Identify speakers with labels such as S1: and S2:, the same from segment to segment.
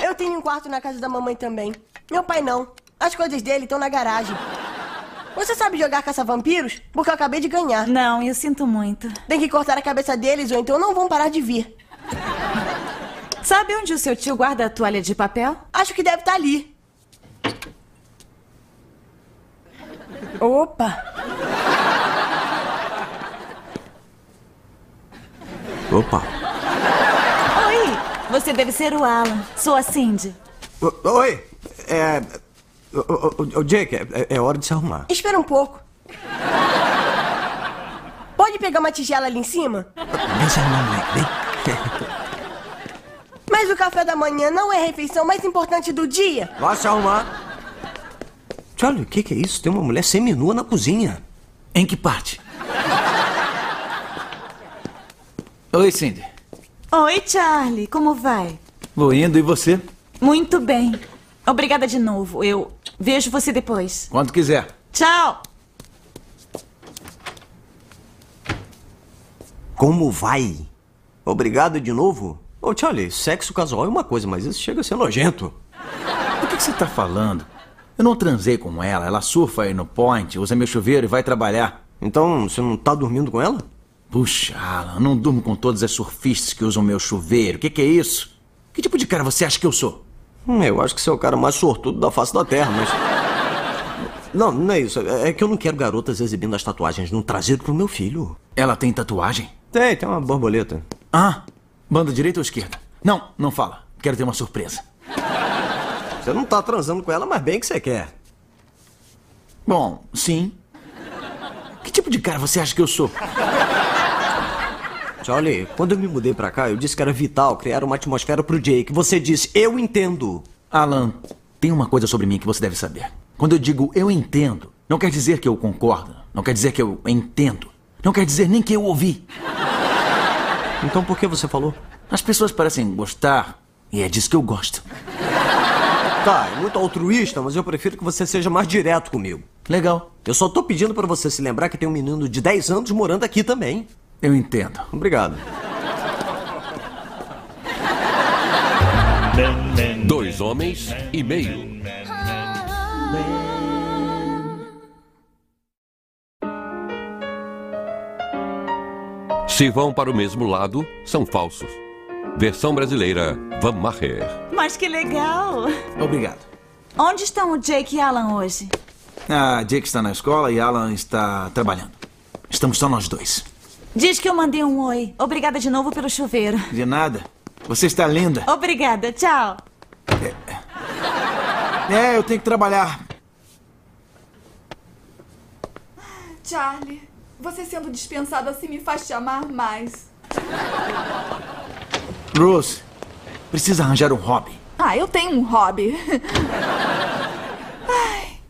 S1: Eu tenho um quarto na casa da mamãe também. Meu pai não. As coisas dele estão na garagem. Você sabe jogar caça-vampiros? Porque eu acabei de ganhar.
S2: Não, eu sinto muito.
S1: Tem que cortar a cabeça deles ou então não vão parar de vir.
S2: Sabe onde o seu tio guarda a toalha de papel?
S1: Acho que deve estar ali. Opa!
S3: Opa.
S2: Oi! Você deve ser o Alan. Sou a Cindy.
S3: O- Oi. É. O, o- o Jake, é, é hora de se arrumar.
S1: Espera um pouco. Pode pegar uma tigela ali em cima?
S3: Vem se arrumar, moleque. Vem.
S1: Mas o café da manhã não é a refeição mais importante do dia.
S3: Vá se arrumar. Olha, o que, que é isso? Tem uma mulher seminua na cozinha.
S4: Em que parte? Oi, Cindy.
S2: Oi, Charlie. Como vai?
S4: Vou indo e você?
S2: Muito bem. Obrigada de novo. Eu vejo você depois.
S4: Quando quiser.
S2: Tchau!
S3: Como vai? Obrigado de novo? Ô, Charlie, sexo casual é uma coisa, mas isso chega a ser nojento.
S4: Do que, que você tá falando? Eu não transei com ela. Ela surfa aí no point, usa meu chuveiro e vai trabalhar.
S3: Então, você não tá dormindo com ela?
S4: Puxa, Alan, não durmo com todas as surfistas que usam meu chuveiro. O que, que é isso? Que tipo de cara você acha que eu sou?
S3: Hum, eu acho que você é o cara mais sortudo da face da Terra, mas... Não, não é isso. É é que eu não quero garotas exibindo as tatuagens no traseiro pro meu filho.
S4: Ela tem tatuagem?
S3: Tem, tem uma borboleta.
S4: Ah, banda direita ou esquerda? Não, não fala. Quero ter uma surpresa.
S3: Você não tá transando com ela, mas bem que você quer.
S4: Bom, sim. Que tipo de cara você acha que eu sou?
S3: Charlie, quando eu me mudei pra cá, eu disse que era vital criar uma atmosfera pro Jake. Você disse, eu entendo.
S4: Alan, tem uma coisa sobre mim que você deve saber. Quando eu digo eu entendo, não quer dizer que eu concordo. Não quer dizer que eu entendo. Não quer dizer nem que eu ouvi.
S3: Então por que você falou?
S4: As pessoas parecem gostar e é disso que eu gosto.
S3: Tá, é muito altruísta, mas eu prefiro que você seja mais direto comigo.
S4: Legal,
S3: Eu só tô pedindo pra você se lembrar que tem um menino de 10 anos morando aqui também.
S4: eu entendo.
S3: Obrigado.
S5: Dois homens e meio. Se vão para o mesmo lado, são falsos. Versão brasileira, Van Maher.
S2: Mas que legal!
S4: Obrigado.
S2: Onde estão o Jake e Alan hoje?
S4: Ah, Jake está na escola e Alan está trabalhando. Estamos só nós dois.
S2: Diz que eu mandei um oi. Obrigada de novo pelo chuveiro.
S4: De nada. Você está linda.
S2: Obrigada, tchau.
S4: É, eu tenho que trabalhar.
S6: Charlie, você sendo dispensado assim me faz te amar mais.
S4: Rose, precisa arranjar um hobby.
S6: Ah, eu tenho um hobby.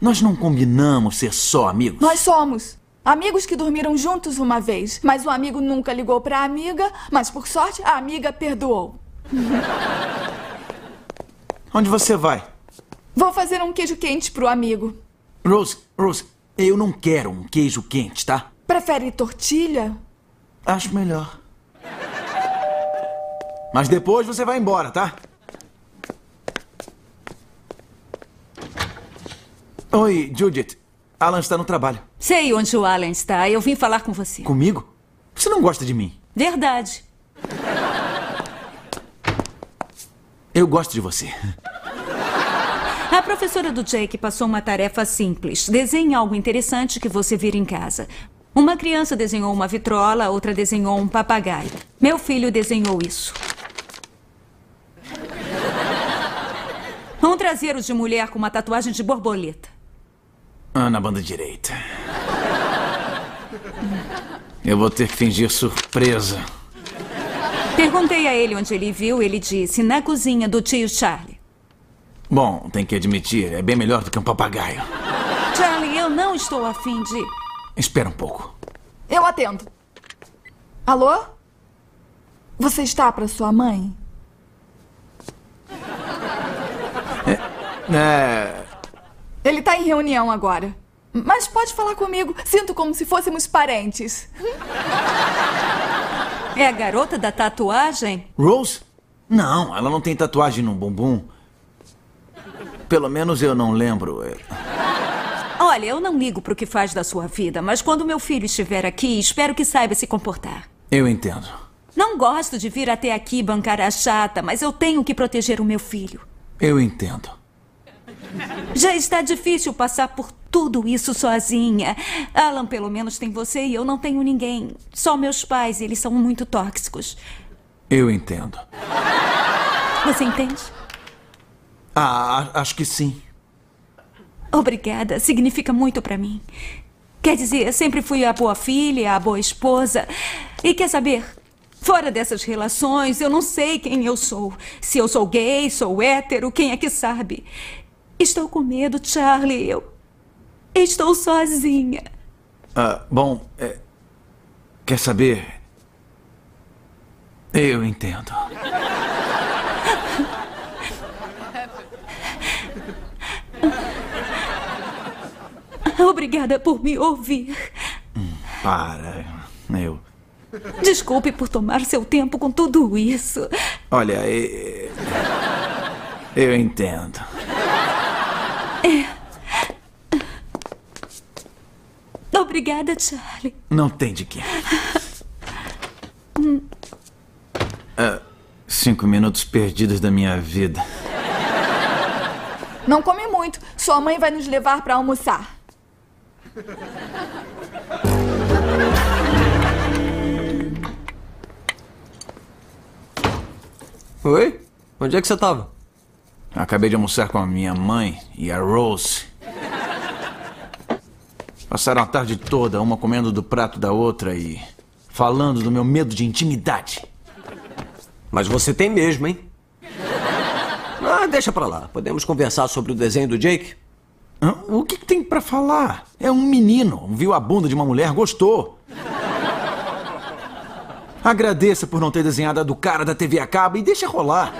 S4: Nós não combinamos ser só amigos.
S6: Nós somos amigos que dormiram juntos uma vez, mas o amigo nunca ligou pra amiga, mas por sorte a amiga perdoou.
S4: Onde você vai?
S6: Vou fazer um queijo quente pro amigo.
S4: Rose, Rose, eu não quero um queijo quente, tá?
S6: Prefere tortilha?
S4: Acho melhor. Mas depois você vai embora, tá? Oi, Judith. Alan está no trabalho.
S7: Sei onde o Alan está. Eu vim falar com você.
S4: Comigo? Você não gosta de mim.
S7: Verdade.
S4: Eu gosto de você.
S7: A professora do Jake passou uma tarefa simples. Desenhe algo interessante que você vira em casa. Uma criança desenhou uma vitrola, outra desenhou um papagaio. Meu filho desenhou isso. Um traseiro de mulher com uma tatuagem de borboleta.
S4: Ah, na banda direita. Eu vou ter que fingir surpresa.
S7: Perguntei a ele onde ele viu, ele disse: na cozinha do tio Charlie.
S4: Bom, tem que admitir, é bem melhor do que um papagaio.
S7: Charlie, eu não estou afim de.
S4: Espera um pouco.
S6: Eu atendo. Alô? Você está pra sua mãe?
S4: É.
S6: Ele tá em reunião agora. Mas pode falar comigo. Sinto como se fôssemos parentes.
S7: É a garota da tatuagem?
S4: Rose? Não, ela não tem tatuagem no bumbum. Pelo menos eu não lembro. é.
S7: Olha, eu não ligo pro que faz da sua vida, mas quando meu filho estiver aqui, espero que saiba se comportar.
S4: Eu entendo.
S7: Não gosto de vir até aqui bancar a chata, mas eu tenho que proteger o meu filho.
S4: Eu entendo.
S7: Já está difícil passar por tudo isso sozinha. Alan, pelo menos, tem você e eu não tenho ninguém. Só meus pais, e eles são muito tóxicos.
S4: Eu entendo.
S7: Você entende?
S4: Ah, a- acho que sim.
S7: Obrigada, significa muito pra mim. Quer dizer, sempre fui a boa filha, a boa esposa. E quer saber? Fora dessas relações, eu não sei quem eu sou. Se eu sou gay, sou hétero, quem é que sabe? Estou com medo, Charlie. Eu estou sozinha.
S4: Ah, bom, é, quer saber? Eu entendo.
S7: Obrigada por me ouvir.
S4: Para, eu.
S7: Desculpe por tomar seu tempo com tudo isso.
S4: Olha, e- eu entendo.
S7: Obrigada, Charlie.
S4: Não tem de quê. Ah, cinco minutos perdidos da minha vida.
S6: Não come muito. Sua mãe vai nos levar pra almoçar.
S3: Oi? Onde é que você tava?
S4: Acabei de almoçar com a minha mãe e a Rose. Passaram a tarde toda, uma comendo do prato da outra e falando do meu medo de intimidade.
S3: Mas você tem mesmo, hein? Ah, deixa pra lá. Podemos conversar sobre o desenho do Jake?
S4: Hã? O que, que tem pra falar? É um menino, viu a bunda de uma mulher, gostou. Agradeça por não ter desenhado a do cara da TV a cabo e deixa rolar.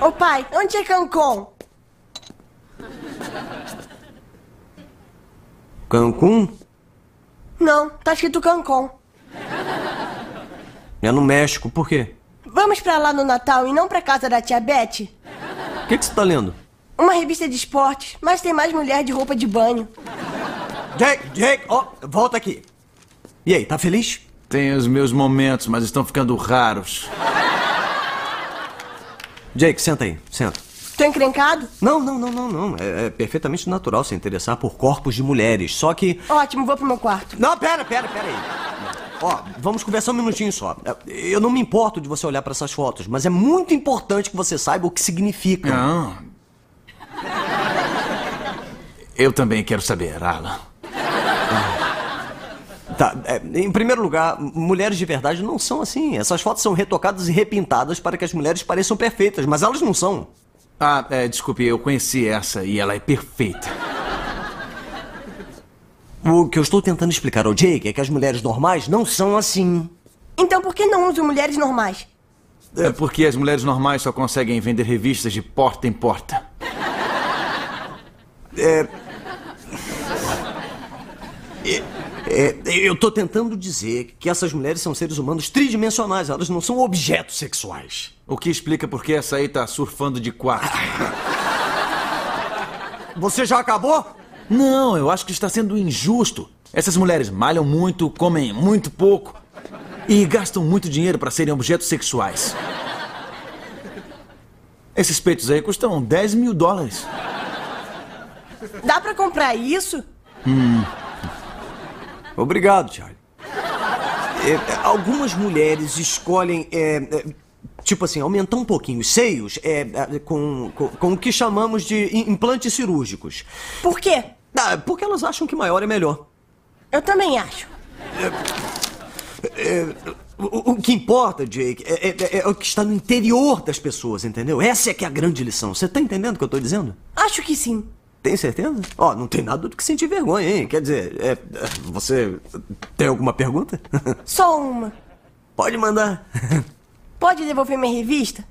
S1: Ô pai, onde é Cancún?
S3: Cancún?
S1: Não, tá escrito Cancún.
S3: É no México, por quê?
S1: Vamos pra lá no Natal e não pra casa da tia Beth?
S3: O que, que você tá lendo?
S1: Uma revista de esportes, mas tem mais mulher de roupa de banho.
S3: Jake, Jake, ó, volta aqui. E aí, tá feliz?
S4: Tem os meus momentos, mas estão ficando raros.
S3: Jake, senta aí, senta.
S1: Tô encrencado?
S3: Não, não, não, não, não. É, é perfeitamente natural se interessar por corpos de mulheres, só que...
S1: Ótimo, vou pro meu quarto.
S3: Não, pera, pera, pera aí. Ó, vamos conversar um minutinho só. Eu não me importo de você olhar pra essas fotos, mas é muito importante que você saiba o que significam.
S4: Não. Eu também quero saber, Alan.
S3: Tá, é, em primeiro lugar, m- mulheres de verdade não são assim. Essas fotos são retocadas e repintadas para que as mulheres pareçam perfeitas, mas elas não são.
S4: Ah, é, desculpe, eu conheci essa e ela é perfeita.
S3: O que eu estou tentando explicar ao Jake é que as mulheres normais não são assim.
S1: Então por que não uso mulheres normais?
S4: É porque as mulheres normais só conseguem vender revistas de porta em porta.
S3: É, eu estou tentando dizer que essas mulheres são seres humanos tridimensionais, elas não são objetos sexuais.
S4: O que explica por que essa aí tá surfando de quatro.
S3: Você já acabou?
S4: Não, eu acho que está sendo injusto. Essas mulheres malham muito, comem muito pouco e gastam muito dinheiro para serem objetos sexuais. Esses peitos aí custam 10 mil dólares.
S1: Dá pra comprar isso?
S3: Obrigado, Charlie. É, algumas mulheres escolhem, é, é, tipo assim, aumentar um pouquinho os seios é, é, com, com, com o que chamamos de im- implantes cirúrgicos.
S1: Por quê?
S3: Ah, porque elas acham que maior é melhor.
S1: Eu também acho.
S3: O, o que importa, Jake, é, é- é- é o que está no interior das pessoas, entendeu? Essa é que é a grande lição. Você tá entendendo o que eu tô dizendo?
S1: Acho que sim.
S3: Tem certeza? Ó, não tem nada do que sentir vergonha, hein? Quer dizer, é, é, você tem alguma pergunta?
S1: Só uma.
S3: Pode mandar.
S1: Pode devolver minha revista?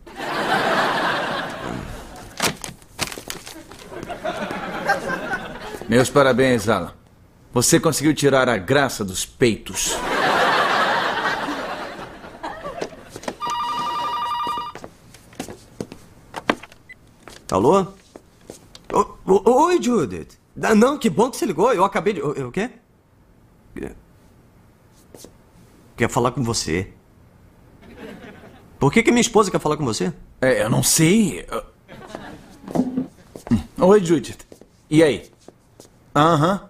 S4: Meus parabéns, Alan. Você conseguiu tirar a graça dos peitos.
S3: Alô? O- o- Oi, Judith. Ah, Não, que bom que você ligou. Eu acabei de. O o quê? Quer falar com você. Por que, que minha esposa quer falar com você?
S4: É, eu não sei. Ah. Oi, Judith. E aí? Aham.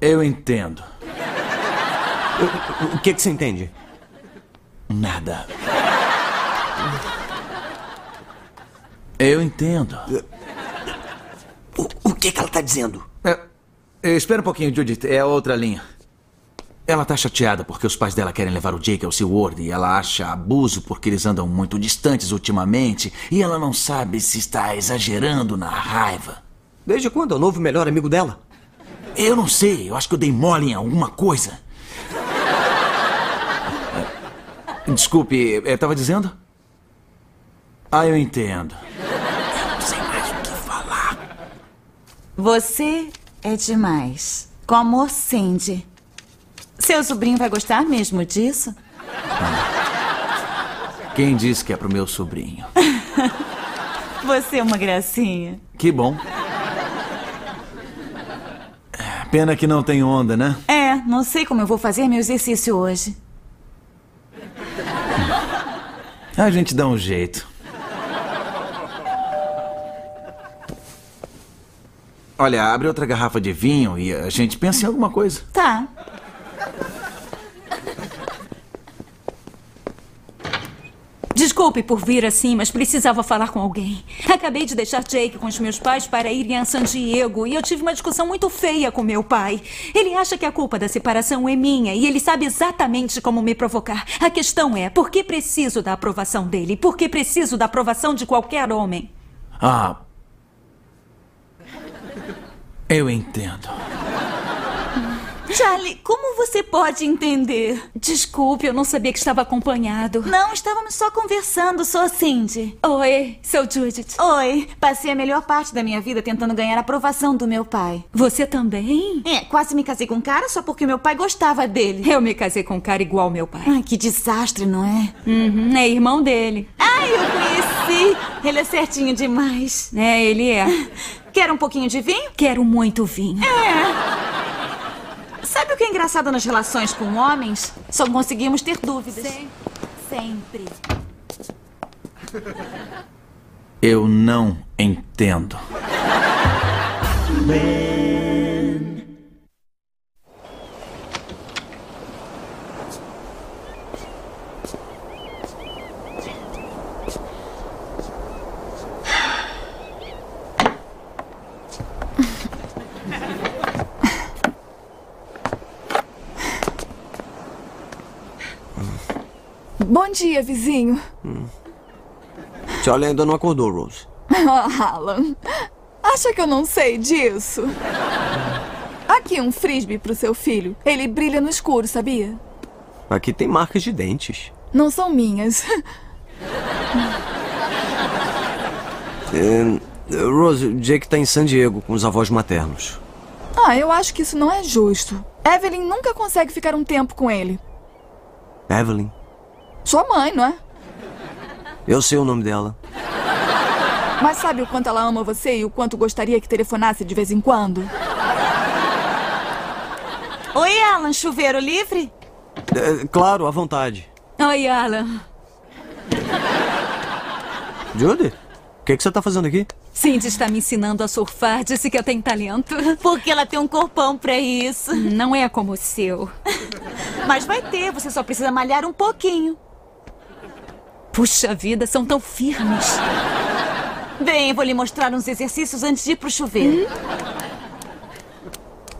S4: Eu entendo.
S3: O que, que você entende?
S4: Nada. Eu entendo.
S3: O, o que, que ela tá dizendo?
S4: É, é, espera um pouquinho, Judith. É outra linha. Ela tá chateada porque os pais dela querem levar o Jake ao SeaWorld e ela acha abuso porque eles andam muito distantes ultimamente e ela não sabe se está exagerando na raiva.
S3: Desde quando é o novo melhor amigo dela?
S4: Eu não sei, eu acho que eu dei mole em alguma coisa. É, Desculpe, é, tava dizendo? Ah, eu entendo. Eu não sei mais o que falar.
S2: Você é demais. Como Cindy. Seu sobrinho vai gostar mesmo disso?
S4: Quem disse que é pro meu sobrinho?
S2: Você é uma gracinha.
S4: Que bom. É, Pena que não tem onda, né?
S2: É, não sei como eu vou fazer meu exercício hoje.
S4: A gente dá um jeito. Olha, abre outra garrafa de vinho e a gente pensa em alguma coisa.
S2: Tá.
S7: Desculpe por vir assim, mas precisava falar com alguém. Acabei de deixar Jake com os meus pais para irem a San Diego e eu tive uma discussão muito feia com meu pai. Ele acha que a culpa da separação é minha e ele sabe exatamente como me provocar. A questão é, por que preciso da aprovação dele? Por que preciso da aprovação de qualquer homem?
S4: Ah. Eu entendo.
S2: Charlie, como você pode entender?
S7: Desculpe, eu não sabia que estava acompanhado.
S2: Não, estávamos só conversando, sou Cindy.
S7: Oi, sou Judith.
S2: Oi, passei a melhor parte da minha vida tentando ganhar a aprovação do meu pai.
S7: Você também?
S2: É, quase me casei com um cara só porque meu pai gostava dele.
S7: Eu me casei com um cara igual meu pai.
S2: Ai, que desastre, não é?
S7: Uhum, é irmão dele.
S2: Ai, eu conheci! Ele é certinho demais.
S7: É, ele é.
S2: Quer um pouquinho de vinho?
S7: Quero muito vinho.
S2: Sabe o que é engraçado nas relações com homens? Só conseguimos ter dúvidas.
S7: Sempre.
S4: Eu não entendo.
S6: Bom dia, vizinho.
S3: Se olha, ainda não acordou, Rose.
S6: Ah, Alan, acha que eu não sei disso? Aqui um frisbee pro seu filho. Ele brilha no escuro, sabia?
S3: Aqui tem marcas de dentes.
S6: Não são minhas.
S3: É, Rose, o Jake tá em San Diego com os avós maternos.
S6: Ah, eu acho que isso não é justo. Evelyn nunca consegue ficar um tempo com ele.
S3: Evelyn,
S6: Sua mãe, não é?
S3: eu sei o nome dela.
S6: Mas sabe o quanto ela ama você e o quanto gostaria que telefonasse de vez em quando?
S2: Oi, Alan, chuveiro livre?
S3: É, claro, à vontade.
S7: Oi, Alan.
S3: Judy, o que, que você tá fazendo aqui?
S7: Cindy está me ensinando a surfar, disse que eu tenho talento.
S2: Porque ela tem um corpão pra isso.
S7: Não é como o seu.
S2: Mas vai ter, você só precisa malhar um pouquinho.
S7: Puxa vida, são tão firmes.
S2: Bem, eu vou lhe mostrar uns exercícios antes de ir pro chuveiro.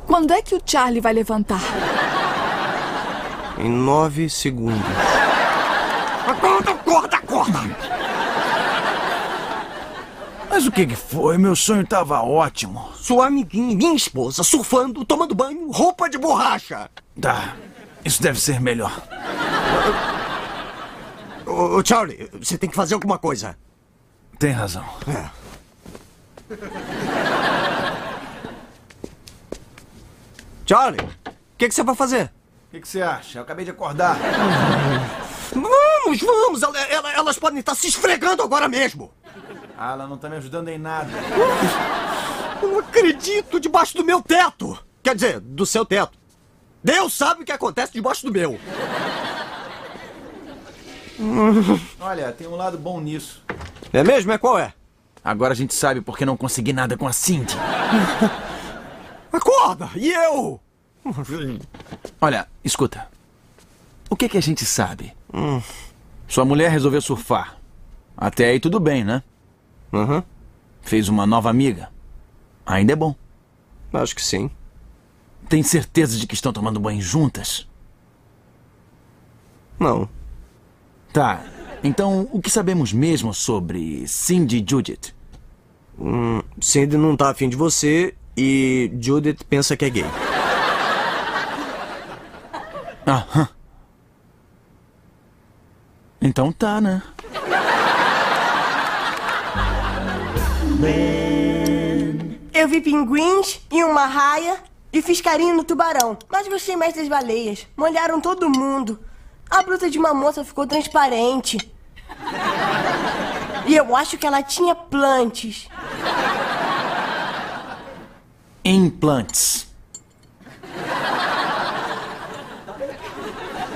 S6: Quando é que o Charlie vai levantar?
S3: Em nove segundos. Acorda, acorda, acorda!
S4: Mas o que, que foi? Meu sonho tava ótimo.
S3: Sua amiguinha, minha esposa, surfando, tomando banho, roupa de borracha.
S4: Tá, isso deve ser melhor.
S3: Ô, ô, Charlie, você tem que fazer alguma coisa. É.
S4: Tem razão.
S3: Charlie, o que, que você vai fazer?
S4: O que, que você acha? Eu acabei de acordar.
S3: Vamos, vamos! ela- ela- elas podem estar se esfregando agora mesmo!
S8: Ah, ela não tá me ajudando em nada.
S3: Eu não acredito debaixo do meu teto! Quer dizer, do seu teto. Deus sabe o que acontece debaixo do meu.
S8: Olha, tem um lado bom nisso.
S3: É mesmo? É qual é?
S4: Agora a gente sabe por que não consegui nada com a Cindy.
S3: Acorda! E eu?
S4: Olha, escuta. O que que a gente sabe? Sua mulher resolveu surfar. Até aí tudo bem, né?
S3: Aham,
S4: Fez uma nova amiga. Ainda é bom.
S3: acho que sim.
S4: Tem certeza de que estão tomando banho juntas?
S3: Não.
S4: Tá. Então, o que sabemos mesmo sobre Cindy e Judith?
S3: Cindy não tá afim de você e Judith pensa que é gay.
S4: Aham. Então tá, né?
S1: Eu vi pinguins e uma raia e fiz carinho no tubarão. Mas gostei mais das baleias. Molharam todo mundo. A bruta de uma moça ficou transparente. E eu acho que ela tinha plantes.
S4: Implantes.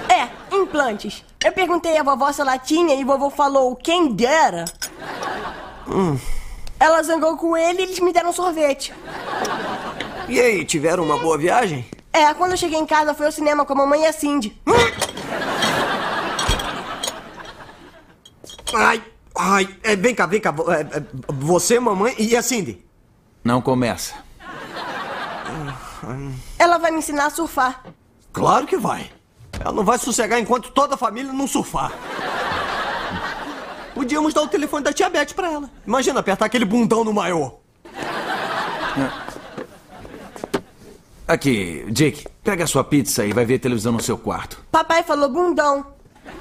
S1: É, implantes. Eu perguntei à vovó se ela tinha e vovó falou quem dera. Hum. Ela zangou com ele e eles me deram sorvete.
S3: E aí, tiveram uma boa viagem?
S1: É, quando eu cheguei em casa foi ao cinema com a mamãe e a Cindy.
S3: Ai, ai, é, vem cá, vem cá. vo- é, é, Você, mamãe e a Cindy.
S4: Não começa.
S1: Ela vai me ensinar a surfar.
S3: Claro que vai. Ela não vai sossegar enquanto toda a família não surfar. Podíamos dar o telefone da tia Beth pra ela. Imagina apertar aquele bundão no maiô.
S4: Aqui, Jake, pega a sua pizza e vai ver televisão no seu quarto.
S1: Papai falou bundão.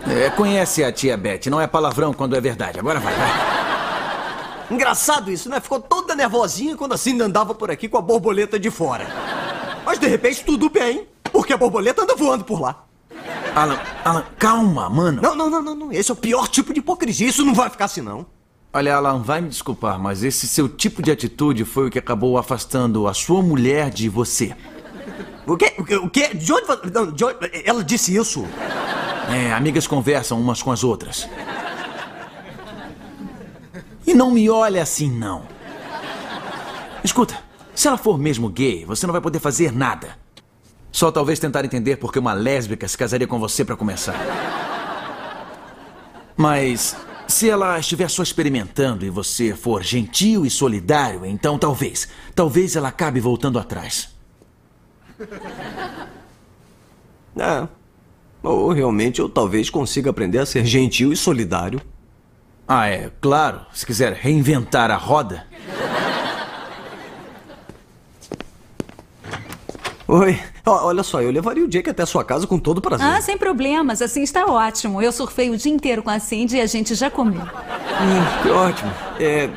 S4: É, conhece a tia Beth, não é palavrão quando é verdade. Agora vai, vai.
S3: Engraçado isso, né? Ficou toda nervosinha quando a Cindy andava por aqui com a borboleta de fora. Mas de repente tudo bem, porque a borboleta anda voando por lá.
S4: Alan, Alan, calma, mano.
S3: Não, não, não, não, não. Esse é o pior tipo de hipocrisia. Isso não vai ficar assim, não.
S4: Olha, Alan, vai me desculpar, mas esse seu tipo de atitude foi o que acabou afastando a sua mulher de você.
S3: O quê? O quê? O quê? De onde... vo- Não, de onde... Ela disse isso.
S4: É, amigas conversam umas com as outras. E não me olha assim, não. Escuta, se ela for mesmo gay, você não vai poder fazer nada. Só talvez tentar entender por que uma lésbica se casaria com você pra começar. Mas se ela estiver só experimentando e você for gentil e solidário, então talvez, talvez ela acabe voltando atrás.
S3: É. Ou realmente eu talvez consiga aprender a ser gentil e solidário.
S4: Ah, é, claro, se quiser reinventar a roda.
S3: Oi. Ó, olha só, eu levaria o Jake até a sua casa com todo prazer.
S7: Ah, sem problemas, assim está ótimo. Eu surfei o dia inteiro com a Cindy e a gente já comeu.
S3: Hum, que ótimo. É,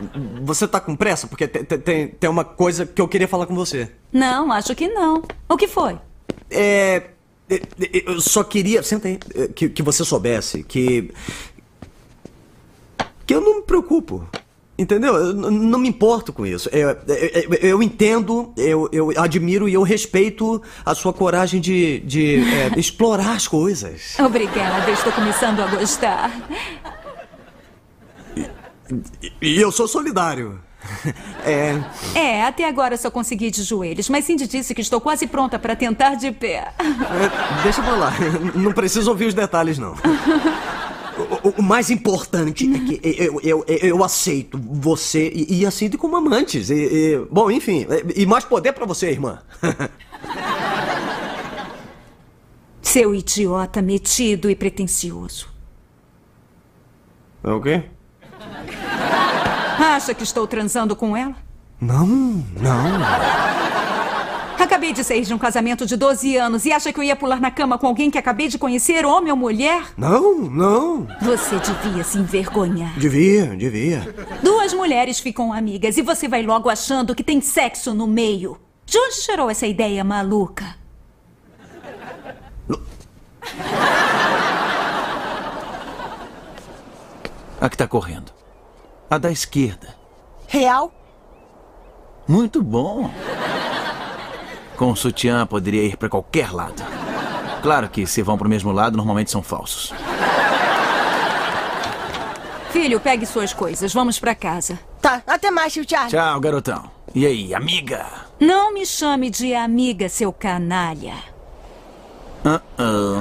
S3: você tá com pressa? Porque te- te- tem, tem uma coisa que eu queria falar com você.
S7: Não, acho que não. O que foi?
S3: É... é, é, Eu só queria... Senta aí. é, Que, que você soubesse que... Que eu não me preocupo. Entendeu? Eu n- não me importo com isso. É, é, é, Eu, entendo, eu, eu admiro e eu respeito a sua coragem de, de é, explorar as coisas.
S7: Obrigada, estou começando a gostar.
S3: E- E eu sou solidário. É,
S7: É, até agora só consegui de joelhos, mas Cindy disse que estou quase pronta para tentar de pé.
S3: é, deixa pra lá. Não preciso ouvir os detalhes, não. O, o- o mais importante é que eu, eu, eu, eu aceito você e, e a Cindy como amantes. E, e- bom, enfim. é, E e mais poder pra você, irmã.
S7: Seu idiota metido e pretensioso.
S3: É o quê?
S7: Acha que estou transando com ela?
S3: Não, não.
S7: Acabei de sair de um casamento de 12 anos e acha que eu ia pular na cama com alguém que acabei de conhecer, homem ou mulher?
S3: Não, não.
S7: Você devia se envergonhar.
S3: Devia, devia.
S7: Duas mulheres ficam amigas e você vai logo achando que tem sexo no meio. De onde tirou essa ideia maluca?
S4: A que tá correndo. A da esquerda.
S1: Real?
S4: Muito bom. Com o sutiã poderia ir pra qualquer lado. Claro que se vão pro mesmo lado, normalmente são falsos.
S7: Filho, pegue suas coisas. Vamos pra casa.
S1: Tá, até mais, tio Charlie.
S4: Tchau, garotão. E aí, amiga?
S7: Não me chame de amiga, seu canalha.
S4: Uh-oh.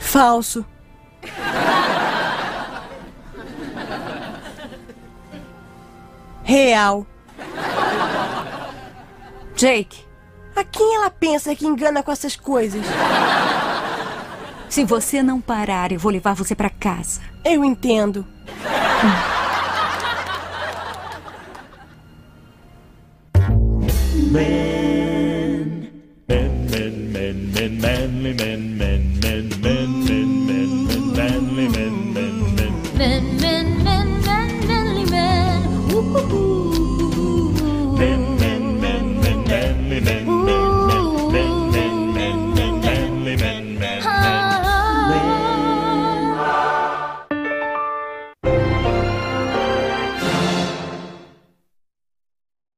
S1: Falso. Real.
S7: Jake,
S1: A quem ela pensa que engana com essas coisas?
S7: se você não parar, eu vou levar você pra casa.
S1: Eu entendo.
S9: Men, men, men, men, manly men, men, men, men, men, men, men, manly men, men, men.
S10: Men, men, men, men, manly men. Ooh, ooh, ooh, ooh, ooh.
S9: Men,